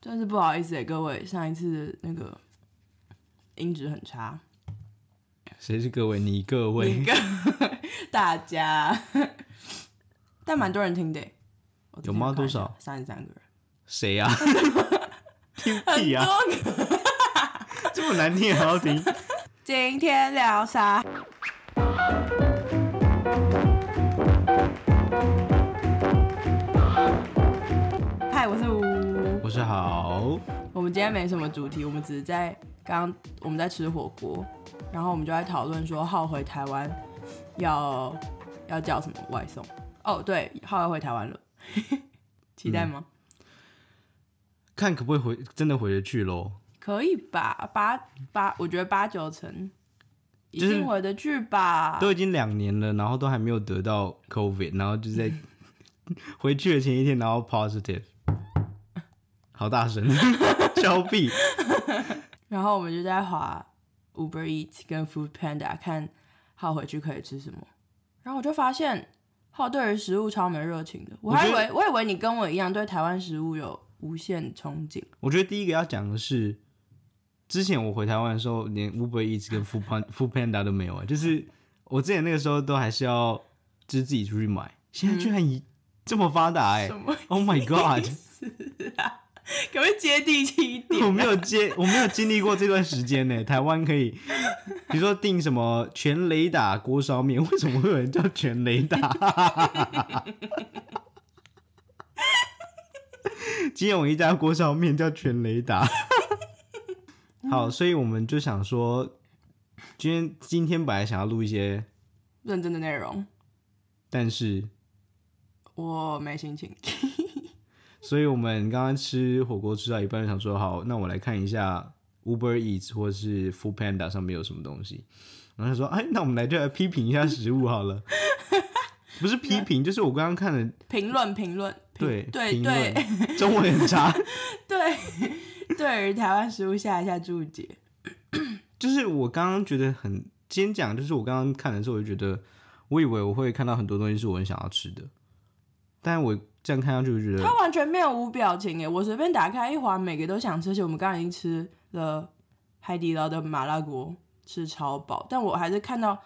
真是不好意思哎、各位，上一次那个音质很差，谁是各位？你各 位你大家，但蛮多人听的欸、我有吗多少？三十三个人，谁啊呀？ 听屁很呀、多个。这么难啊听还要听？ 今天聊啥？嗨，我是吴。 我是好，我们今天没什么主题，我们只是在刚刚我们在吃火锅，然后我们就在讨论说，浩回台湾要要叫什么外送？哦，对，浩要回台湾了， 期待嗯吗？看可不可以回，真的回得去喽？可以吧，八八，我觉得八九成一就是定回得去吧。都已经两年了，然后都还没有得到 COVID，然后就 在回去的前一天，然后 positive，好大声， 交臂。然后我们就在滑 Uber Eats 跟 Food Panda 看浩回去可以吃什么，然后我就发现浩对于食物超没热情的，我还以我觉为我以为你跟我一样对台湾食物有无限憧憬，我觉得第一个要讲的是，之前我回台湾的时候，连 Uber Eats 跟 Food Pan- Food Panda 都没有啊，就是我之前那个时候都还是要就是自己出去买，现在居然一、这么发达哎、什么啊 o h my God！ 可不可以接地气一点？我没有接，我没有经历过这段时间呢、台湾可以，比如说订什么全雷打锅烧面，为什么会有人叫全雷打？ 基隆一家锅烧面叫全雷打。好，所以我们就想说，今天今天本来想要录一些，认真的内容，但是，我没心情。所以我们刚刚吃火锅吃到一半，就想说好，那我来看一下 Uber Eats 或是 Food Panda 上面有什么东西。然后他说，哎，那我们来就来批评一下食物 好了。不是批评，就是我刚刚看的，评论评论，评对对评对论，中文很差。 对，对于 台湾食物下一下注解。就是我刚刚觉得很，先讲，就是我刚刚看的时候，我就觉得，我以为我会看到很多东西是我很想要吃的，但我这样看上去，我就觉得他完全没有无表情耶！我随便打开一环，每个都想吃。而且我们刚刚已经吃了海底捞的麻辣锅，吃超饱，但我还是看到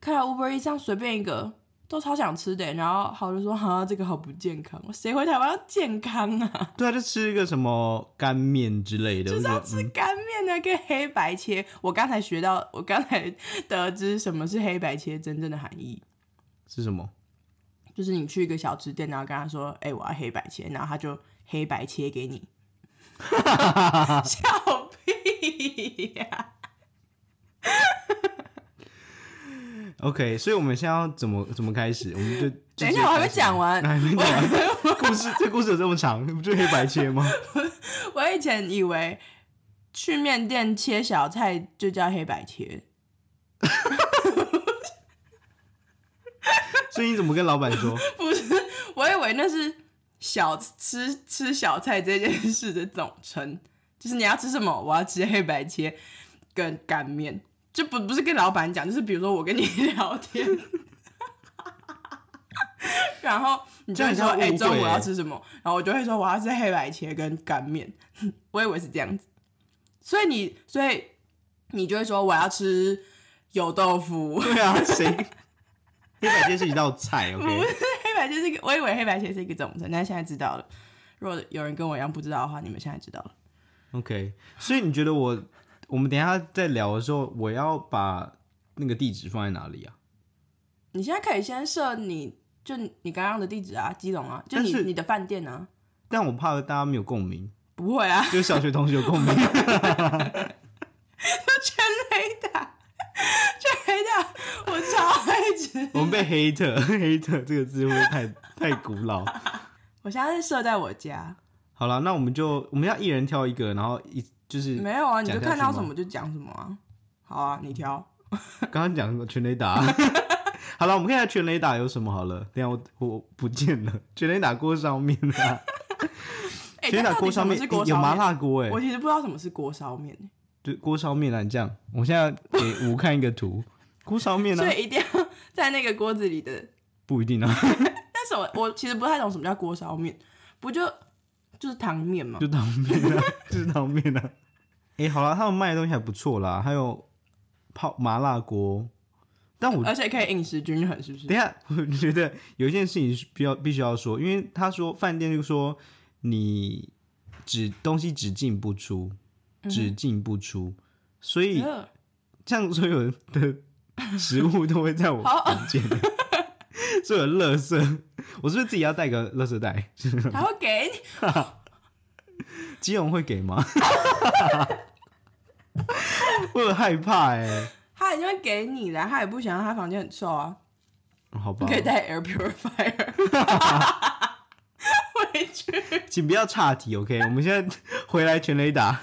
看到 Uber E 上随便一个都超想吃的耶。然后好就说：“哈、这个好不健康，谁回台湾要健康啊？ 对啊，就吃一个什么干面之类的，我就觉得吃干面呢，跟黑白切。”我刚才学到，我刚才得知什么是黑白切真正的含义。是什么？就是你去一个小吃店，然后跟他说：“哎、我要黑白切。”然后他就黑白切给你。笑屁呀、 OK，所以我们现在要怎么怎么开始？我 们就等一下，我还没讲，完。就直接开始还没讲完。 故事这故事有这么长，不就黑白 切吗？我以前以为去面店切小菜就叫黑白切，所以你怎么跟老板说？不是，我以为那是小吃吃小菜这件事的总称，就是你要吃什么，我要吃黑白切跟干面，就不不是跟老板讲，就是比如说我跟你 聊天，然后你就会这说，样很像哎、中误会午我要欸吃什么？然后我就会说我要吃黑白切跟干面，我以为是这样子，所以你所以你就会说我要吃油豆腐。对啊，谁？黑白切是一道菜不，OK？是黑白切是一个，我以为黑白切是一个总称，但现在知道了。如果有人跟我一样不知道的话，你们现在知道了。 OK，所以你觉得我我们等一下在聊的时候，我要把那个地址放在哪里啊？你现在可以先设你就你你刚刚的地址啊，基隆啊，就你但是你的饭店啊，但我怕大家没有共鸣，不会啊， 就是小学同学有共鸣。全雷打，全雷打，我超爱吃。我们被黑特黑特这个字会不会太太古老？我现在是设在我家，好了，那我们就我们要一人挑一个，然后一就是没有啊，你就嗯讲下去看到吗什么就讲什么啊。好啊，你挑。刚刚讲什么全雷打？ 好了，我们看一下全雷打有什么好了。等一下我我不见了，全雷打锅烧面 啊，哎、全雷但打到锅底烧什么面、是欸锅有烧麻面？辣锅哎、我其实不知道什么是锅烧面，对，锅烧面啊，你这样，我现在给吴看一个 图，锅烧面呢、所啊、以一定要 在那个锅子里的 不一定啊，但是我我其实不太懂什么叫锅烧面，不就就是汤面嘛。就当面啊， 就是当面啊。哎、好啦，他们卖的东西还不错啦，还有泡麻辣锅。但我而且可以饮食均衡，是不是？等一下， 我觉得有一件事情是必要必须要说，因为他说饭店就说你只东西只进不出，嗯只进不出，所以呃像所有的食物都会在我房间， 所有垃圾，我是不是自己要带个垃圾袋？还会给你基隆会给吗？ 我很害怕哎、他一定会给你的，他也不想让他房间很臭啊。好吧你可，以带 air purifier 回去。请不要岔题，OK？我们现在 回来全雷打，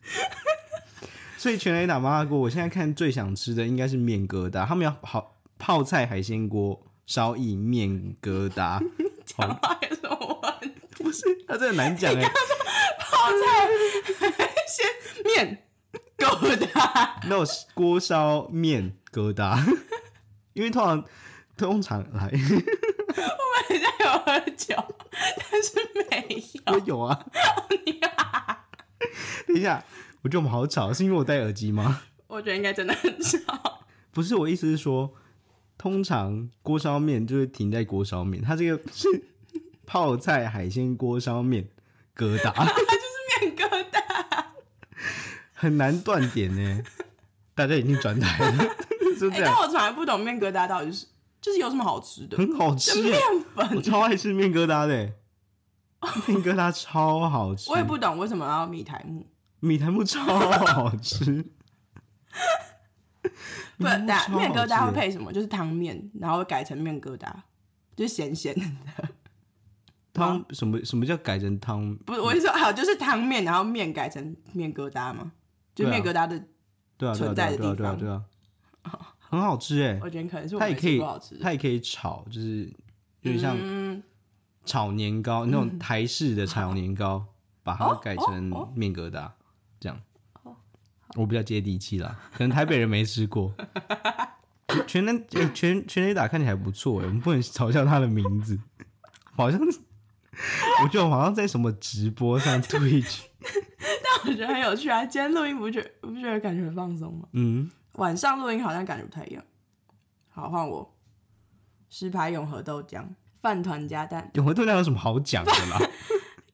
所以全雷打麻辣锅，我现在看最想吃的应该是面疙瘩，他们要好泡菜海鲜锅、烧意面疙瘩， 讲话有什么问题？不是，它真的很难讲哎、先面够的，那我锅烧面疙瘩， 因为通常通常哎来人家有喝酒，但是没有。我有啊，等一下，我觉得我们好吵，是因为我戴耳机吗？我觉得应该真的很少。不是，我意思是说，通常锅烧面就会停在锅烧面，它这个 是泡菜海鲜锅烧面疙瘩， 面疙瘩，很难断点呢。大家已经转台了， 是哎、这但样，我从来不懂面疙瘩到底是就是有什么好吃的。很好吃耶，我粉，超爱吃面疙瘩的耶，面疙瘩超好吃，我也不懂为什么要米苔木。米苔木超好吃。 不，米苔但木超面疙瘩好会吃耶配什么？就是汤面，然后会改成面疙瘩，就是咸咸的。汤什么什么叫改成汤？不是，我是说，好，就是汤面，然后面改成面疙瘩嘛，就对啊面疙瘩的，对啊，对啊，存对在啊的对啊，地对啊，方哦对啊，很好吃哎，我觉得可能是我它没也可吃以过好吃的。它也可以炒，就是有点像嗯，炒年糕、那种台式的炒年糕，把它哦改哦成哦面疙瘩、这样。我比较接地气啦，可能台北人没吃过。 全全能欸全全雷打看起来不错哎，我们不能嘲笑他的名字， 好像是我觉得我好像在什么直播上推举，但我觉得很有趣啊。今天录音不觉不觉得感觉很放松吗？嗯，晚上录音好像感觉不太一样。好，换我，石牌永和豆浆饭团加蛋永和豆浆有什么好讲的啦？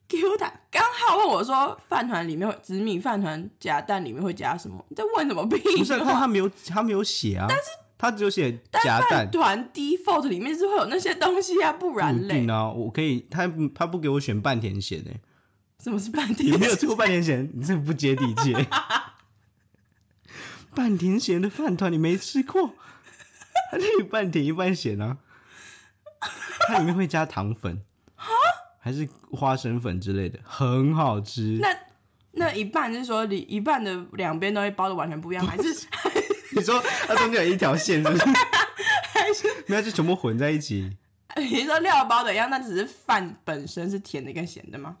Q 弹。刚好问我说饭团里面会紫米饭团加蛋里面会加什么？你在问什么屁不 是啊，但话？他没有他没有写啊，但是他只有写但夹蛋饭，团 default 里面是会有那些东西啊，不不然一嘞定，啊，我可以，他他不给我选半甜咸呢、什么是半 你甜没有吃过半甜咸，你真的不接地气、 欸。半甜咸的饭团你没吃过，它就一半甜一半咸啊，它里面会加糖粉，还是花生粉之类的，很好吃。 那那一半是说里一半的两边东西包的完全不一样，还是你说它中间有一条线是不是？ 还是没有，就全部混在一起。你说料包的一样，那只是饭本身是甜的跟咸的吗？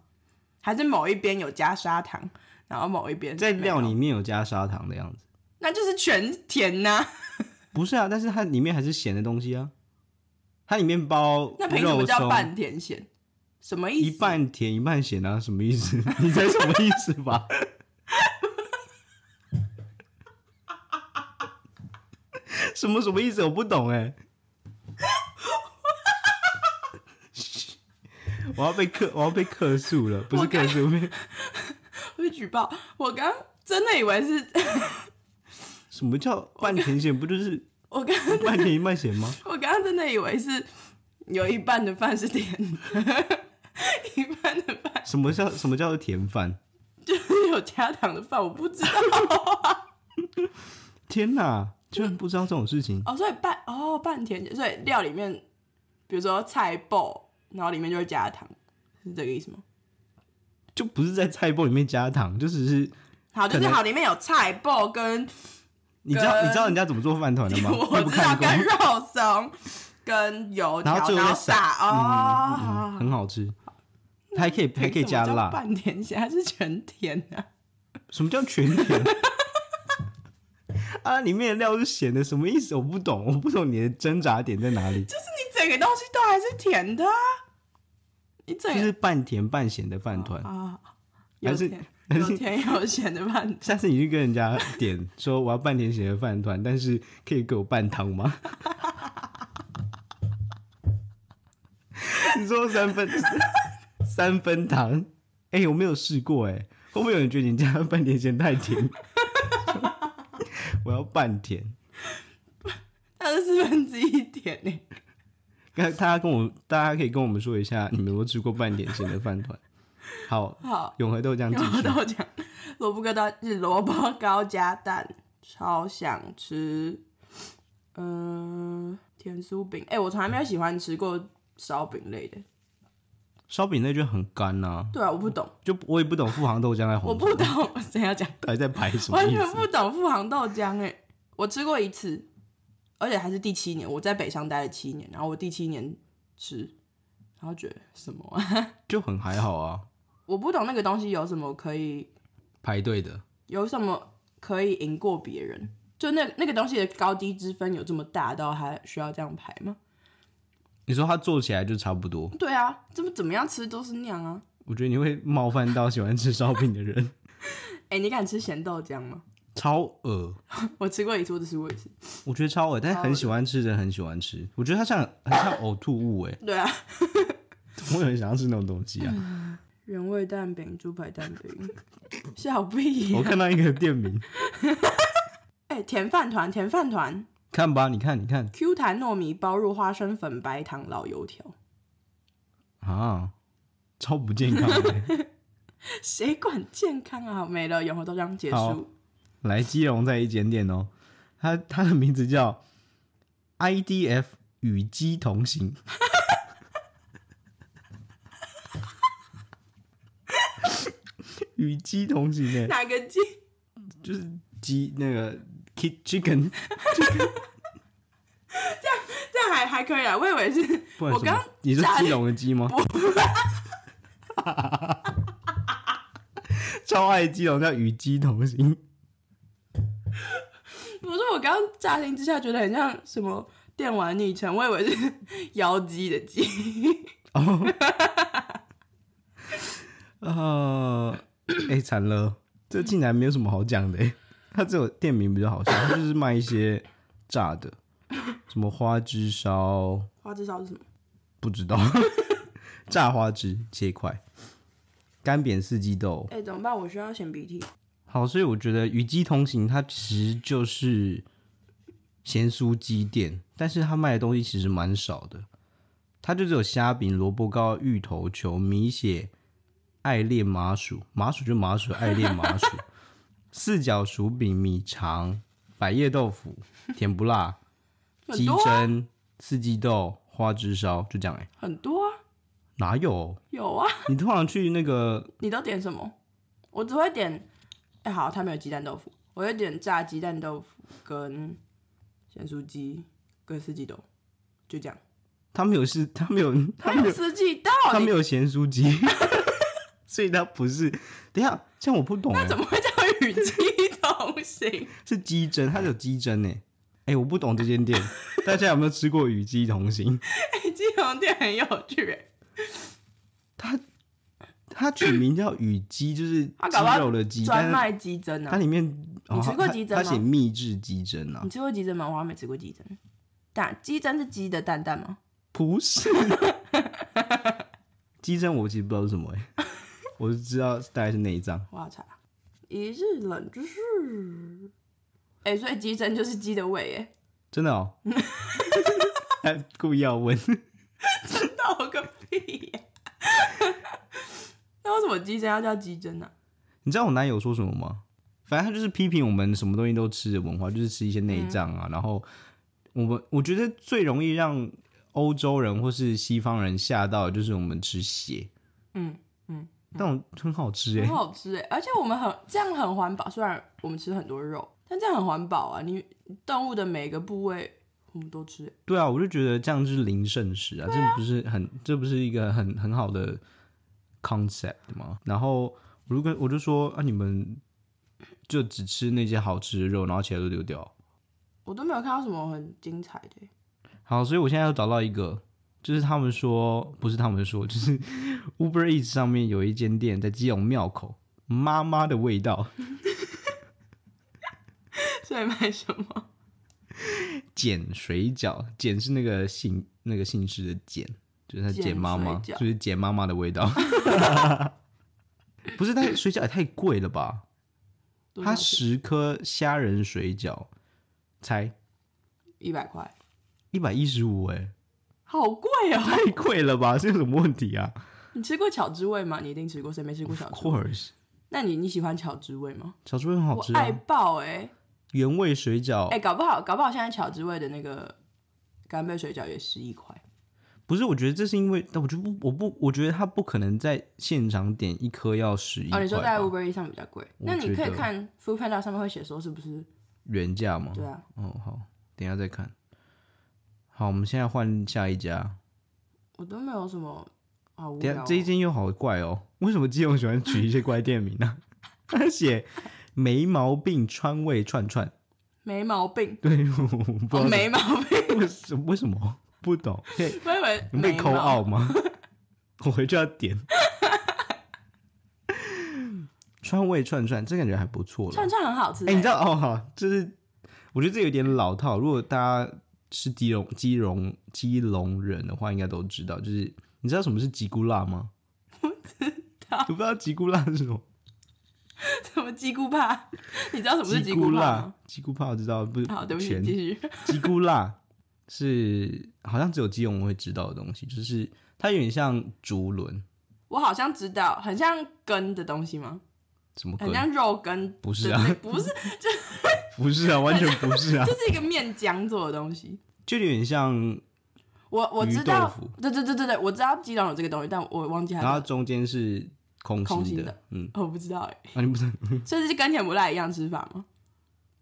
还是某一边有加砂糖，然后某一边在没有料里面有加砂糖的样子，那就是全甜呐、不是啊？但是它里面还是咸的东西啊，它里面包那凭什么肉叫松半甜咸？什么意思？一半甜一半咸啊，什么意思？ 你猜什么意思吧？ 什么什么意思？我不懂哎、 我要被克，我要被克诉了，不是克诉，被会举报？我刚真的以为是， 什么叫半甜咸？不就是我刚半甜一半咸 吗？我刚刚真的以为是有一半的饭是甜的， 一半的饭什么叫什么叫做甜饭？就是有加糖的饭，我不知道。天哪，居然不知道这种事情！哦，所以半哦半甜咸，所以料里面，比如说菜爆，然后里面就会加糖，是这个意思吗？就不是在菜包里面加糖，就只是好，就可是能好，里面有菜爆跟你知道跟你知道人家怎么做饭团的 吗？我你不知道看跟过肉松跟油条，然后最后再嗯撒哦，好好嗯，很好吃，它还可以还可以加什么叫辣。半甜咸还是全甜啊？什么叫全甜？ 啊，里面的料是咸的，什么意思？我不懂，我不懂你的挣扎点在哪里。就是你整个东西都还是甜的啊。一整就个是半甜半咸的饭团。啊，还有是甜还是有甜有咸的饭团，下次你去跟人家点说我要半甜咸的饭团，但是可以给我半汤吗？ 你说三分 三分糖？哎、我没有试过哎、会不会有人觉得你家的半甜咸太甜？ 我要半甜。它是四分之一甜 呢。那大家跟我，大家可以跟我们说一下，你们有没有吃过半甜咸的饭团？好，好，永和豆浆然继后续。豆浆、萝卜糕到是萝卜糕加蛋，超想吃。嗯、甜酥饼，哎、我从来没有喜欢吃过烧饼类的。烧饼那就很干呐、啊，对啊，我不懂，就我也不懂富航豆浆在我红不懂，谁要讲？到底在排什么完意全思？不懂富航豆浆哎、我吃过一次，而且还是第七年，我在北上待了七年，然后我第七年吃，然后觉得什么啊？就很还好啊，我不懂那个东西有什么可以，排队的。有什么可以赢过别人？就那那个东西的高低之分有这么大到还需要这样排吗？你说它做起来就差不多，对啊，这么怎么样吃都是那样啊。我觉得你会冒犯到喜欢吃烧饼的人， 哎、你敢吃咸豆浆吗？ 超恶，我吃过一次，我只吃过一次。我觉得超恶，但是很喜欢吃的人很喜欢吃，我觉得它像很像呕吐物哎，对啊，怎么会有人想要吃那种东西啊？原味蛋饼、猪排蛋饼，笑屁我呀、看到一个店名，哎、甜饭团，甜饭团，看吧，你看你看 Q 弹糯米包入花生粉、白糖、老油条，啊，超不健康的。谁管健康啊？好没了，永和豆浆结好束。来基隆在一间店哦，它它的名字叫 IDF 与鸡同行。 与鸡同行呢，哪个鸡？就是鸡那个 kid chicken，这样还还可以啊，我以为是不然我什么刚？你是基隆的鸡吗？ 超爱基隆叫与鸡同行，我说我刚刚乍听之下觉得很像什么电玩昵称，我以为是 妖姬的姬。呃，哎、惨了，这竟然没有什么好讲的、欸。它只有店名比较好笑，它就是卖一些炸的，什么花枝烧，花枝烧是什么？不知道， 炸花枝切块，干煸四季豆。哎、怎么办？我需要擤鼻涕。好，所以我觉得与鸡同行，它其实就是咸酥鸡店，但是它卖的东西其实蛮少的，它就只有虾饼、萝卜糕、芋头球、米血、爱恋麻薯，麻薯就麻薯，爱恋麻薯，四角薯饼、米肠、百叶豆腐、甜不辣、 很鸡多啊，胗、四季豆、花枝烧，就这样哎、欸，很多啊，哪有？有啊。你通常去那个你都点什么？我只会点，哎、好，他没有鸡蛋豆腐，我会点炸鸡蛋豆腐跟咸酥鸡跟四季豆，就这样。他们有是，他 们有，他他们有有四季豆，他没你有咸酥鸡， 所以他不是。等一下，这样我不懂哎、怎么会叫与 鸡同行？ 是鸡胗，它有鸡胗呢。哎、我不懂这间店， 大家有没有吃过与鸡同行？哎，鸡同店很有趣哎，它它取名叫与鸡，就是它搞鸡不好肉的鸡，专但是卖鸡胗它啊。里面哦你吃过鸡胗它吗它嗯写秘制鸡胗啊你，吃过鸡胗吗？我还没吃过鸡胗。蛋鸡胗是鸡的蛋蛋吗？不是 鸡胗，我其实不知道是什么哎、 我就知道大概是内脏。我要查。一日冷知识。哎、所以鸡胗就是鸡的胃哎，真的哦， 还故意要问。闹个屁呀、 那为什么鸡胗要叫鸡胗呢、你知道我男友说什么吗？反正他就是批评我们什么东西都吃的文化，就是吃一些内嗯脏啊。然后我们我觉得最容易让欧洲人或是西方人吓到，的就是我们吃血，嗯嗯，但我很好吃哎、很好吃哎、而且我们很这样很环保，虽然我们吃很多肉，但这样很环保啊。你动物的每个部位我们都吃、欸，对啊，我就觉得这样就是零剩食啊，这不是很这不是一个很很好的 concept 吗？然后我就跟我就说啊，你们就只吃那些好吃的肉，然后其他都丢掉。我都没有看到什么很精彩的欸、好，所以我现在要找到一个，就是他们说，不是他们说，就是 Uber Eats 上面有一间店在基隆庙口，妈妈的味道，所以买什么？碱水饺，碱是那个姓那个姓氏的碱，就是他碱妈妈，碱水饺就是碱妈妈的 味道。不是，但水饺也太贵了吧？多它少十颗虾仁水饺才一百块，一百一十五，哎，好贵哦！太贵了吧？这有什么问题啊你吃过巧之味吗？你一定吃过，谁没吃过巧？Of 之味？ course，那你你喜欢巧之味吗？小猪很好吃我爱啊，爆哎、原味水饺哎、搞不好搞不好现在巧之味的那个干贝水饺也十一块，不是，我觉得这是因为，但我就不，我不，我觉得他不可能在现场点一颗要十一哦，块你说在吧 Uber E 上比较贵，我那你可以觉得嗯看 Food Panda 上面会写说是不是？原价吗？对啊，哦，好，等一下再看。好，我们现在换下一家。我都没有什么好无等一聊、下哦。这一间又好怪哦，为什么基隆喜欢取一些怪店名呢、他写没毛病川味串串，没毛病，对，我不知道哦、没毛病， 为什么为什么不懂，可以我以为你被没扣毛奥吗？ 我回去要点。 川味串串，这感觉还不错了串。串很好吃、欸哎、你知道哦， 好，就是我觉得这有点老套。如果大家是基隆、基隆、基隆人的话，应该都知道，就是你知道什么是吉古辣吗？不知 道，你不知道吉古辣是什么？ 什么鸡骨帕？ 你知道什么是鸡吉骨古帕吗辣？，吉古怕我知道，不是好，对不起，全继续。 吉古辣是好像只有基隆会知道的东西，就是它有点像竹轮，我好像知道，很像根的东西吗？什么很哦根？像肉根？不是啊对对不是，不是啊，完全不是 啊就，是一个面浆做的东西。就有点像，我我知道鱼豆腐，对对对对对，我知道基隆有这个东西，但我忘记它然后的。中间是空空心心的，的嗯，哦我不知道哎，啊，你不是所以是跟甜不辣一样吃法吗？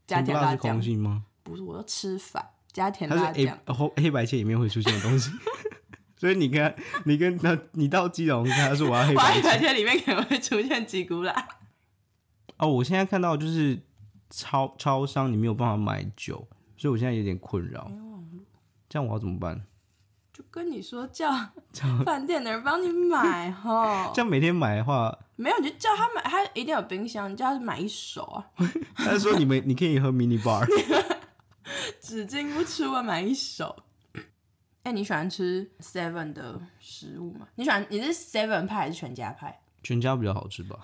加甜不甜辣辣是空酱？心吗？不是，我说吃法加甜它辣是酱。黑红黑白切里面会出现的东西， 所以你跟你跟他你到基隆跟他说我 要黑我还白以切为这里面可能会出现鸡骨辣。哦，我现在看到就是超超商你没有办法买酒，所以我现在有点困扰，哎这样我要怎么办？就跟你说 叫饭店的人帮你买哈，这样每天买的话，没有你就叫他买，他一定有冰箱，你叫他买一手啊，他说你们 你可以喝 mini bar， 只进不出啊，买一手。 哎、你喜欢吃 Seven 的食物吗？你喜欢你是 Seven 派还是全家派？全家比较好吃吧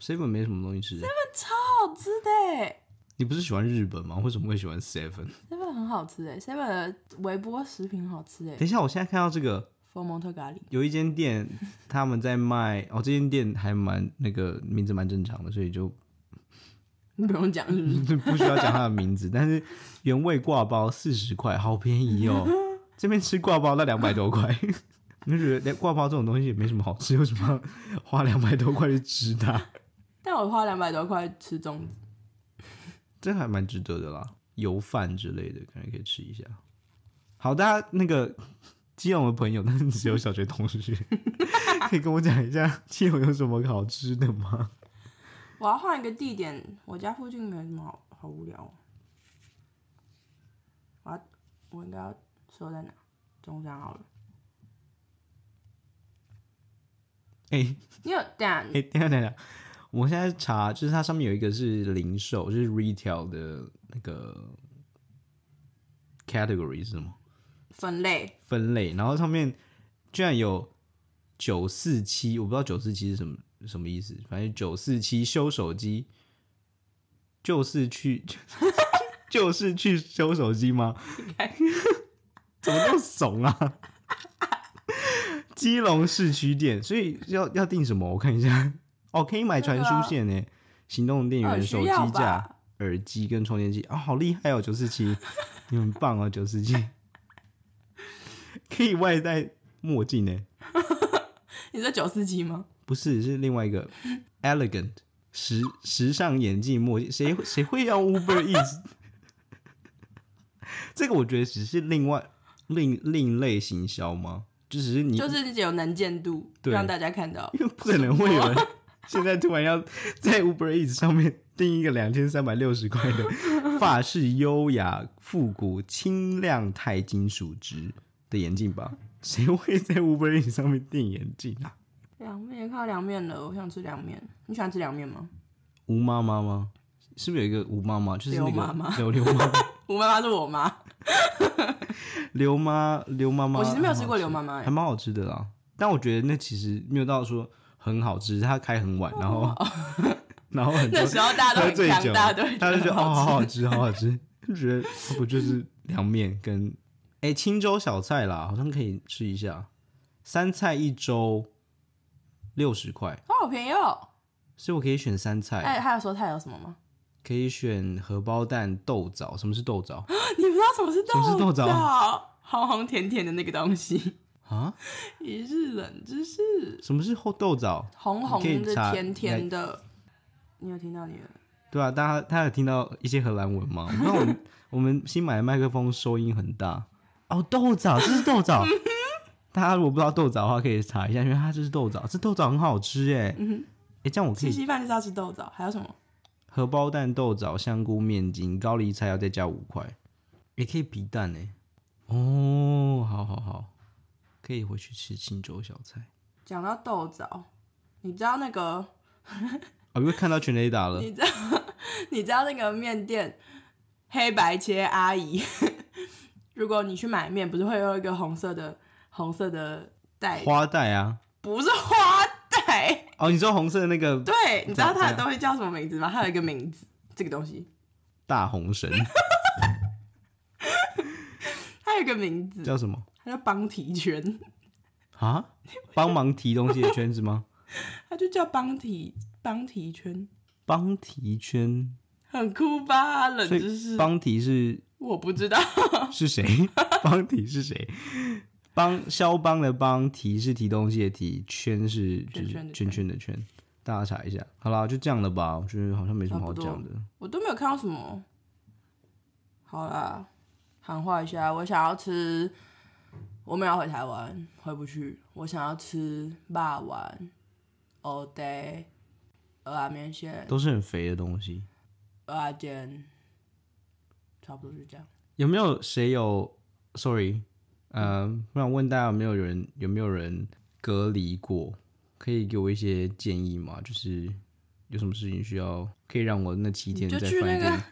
？seven 没什么东西吃，好吃的、欸、你不是喜欢日本吗？为什么会喜欢 seven？ ，Seven 很好吃哎、欸、，Seven 的微波食品很好吃哎、等一下，我现在看到这个佛蒙特咖喱，有一间店，他们在卖哦，这间店还蛮那个名字蛮正常的，所以就你不用讲是不是？ 不需要讲它的名字。但是原味挂包四十块，好便宜哦！这边吃挂包那两百多块， 你就觉得挂包这种东西也没什么好吃，为什么要花两百多块去吃它？ 但我花两百多块吃粽子，这还蛮值得的啦，油饭之类的，感觉可以吃一下。好，大家那个基隆的朋友，但是只有小学同学， 可以跟我讲一下基隆有什么好吃的吗？我要换一个地点，我家附近没有什么好，好无聊、哦。我要，我应该要说在哪？中山好了。哎、你有等下哎、等一下等一下，我现在查，就是它上面有一个是零售，就是 retail 的那个 category 是什么分类分类，然后上面居然有九四七，我不知道九四七是什么什么意思，反正九四七修手机，就是 去就是去修手机吗？怎么那么怂啊？基隆市区店，所以要要订什么？我看一下，哦，可以买传输线呢、欸行动电哦源、手需机要架、吧？耳机跟充电器啊、好厉害哦，九四七，你很棒哦，九四七，可以外戴墨镜呢？你这九四七吗？不是，是另外一个 elegant 时时尚眼镜墨镜，谁谁会要 Uber Eats？这个我觉得只是另外另另类行销吗？就只是你就是有能见度，对让大家看到。因为 不可能会有人现在突然要在 Uber Eats 上面订一个两千三百六十块 的法式优雅复古轻量钛金属质的眼镜吧？谁会在 Uber Eats 上面订眼镜啊？凉面，看到凉面了，我想吃凉面。你喜欢吃凉面吗？吴妈妈吗？是不是有一个吴妈妈？就是那个刘妈妈刘刘妈我妈妈是我妈，刘妈刘妈妈。我其实没有吃过刘妈妈还欸。蛮好吃的啦。但我觉得那其实没有到说很好吃，它开很晚，然后 然后很多哦那时候大家都喝很醉强酒，大家都会大家就觉觉得得哦，好好吃。好吃，好好吃，就觉得不就是凉面跟哎青州小菜啦，好像可以吃一下，三菜一粥六十块，哦好便宜哦！所以我可以选三菜，哎，还有说菜有什么吗？ 可以选荷包蛋豆枣。什么是豆枣你不知道什么是什么是豆枣枣？ 红红甜甜的那个东西，啊？ 一日冷知识，什么是厚豆枣？红红你可以的、查甜甜的。你有听到你的？对啊，大家大家有听到一些荷兰文吗？那我 们我们新买的麦克风收音很大哦，豆枣，这是豆枣。 大家如果不知道豆枣的话，可以查一下，因为它这是豆枣，这豆枣很好吃哎。嗯哎，这样我可吃以稀饭就是要吃豆枣，还有什么？荷包蛋、豆枣、香菇面筋、高丽菜要再加五块，也可以皮蛋哎。哦，好好好，可以回去吃青州小菜。讲到豆枣，你知道那个？哦，因为看到全雷打了，你知道？ 你知道那个面店黑白切阿姨？如果你去买面，不是会有一个红色的红色的袋？花带啊。不是花袋。哦，你知道红色的那个对，你知道这它样的东西叫什么名字吗？它有一个名字，这个东西大红绳它有一个名字，叫什么？它叫邦提圈，啊，帮忙提东西的圈子吗？ 它就叫邦提邦提圈，帮提圈，很酷吧？冷所知识以，帮提是我不知道，是谁？ 帮提是谁？帮肖邦的帮，提是提东西的提，圈是圈就是圈的圈圈圈的圈。大家查一下，好啦，就这样了吧。我觉得好像没什么好讲的。我都没有看到什么。好啦，喊话一下，我想要吃，我们要回台湾，回不去，我想要吃霸丸、all day、蚵仔面线、都是很肥的东西。蚵仔煎，差不多就这样。有没有谁有？Sorry，呃，不然问大家有没有人有没有人隔离过？可以给我一些建议吗？就是有什么事情需要可以让我那七天你就在去饭那个店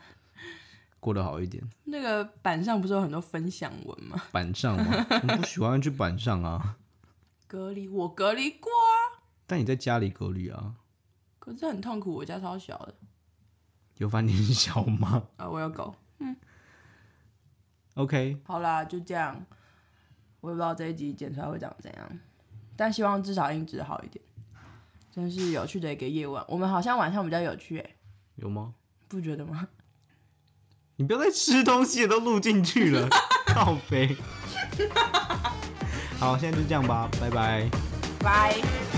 过得好一点？那个板上不是有很多分享文吗？板上 吗？我不喜欢去板上啊，隔离，我隔离过啊，但你在家里隔离啊，可是很痛苦，我家超小的。有饭店小吗 啊，我有狗。 ？OK，好啦，就这样。我也不知道这一集剪出来会长怎样，但希望至少音质好一点。真是有趣的一个夜晚，我们好像晚上比较有趣、欸，有吗？不觉得吗？你不要再吃东西了都录进去 了，靠背。好，现在就这样吧，拜拜。拜。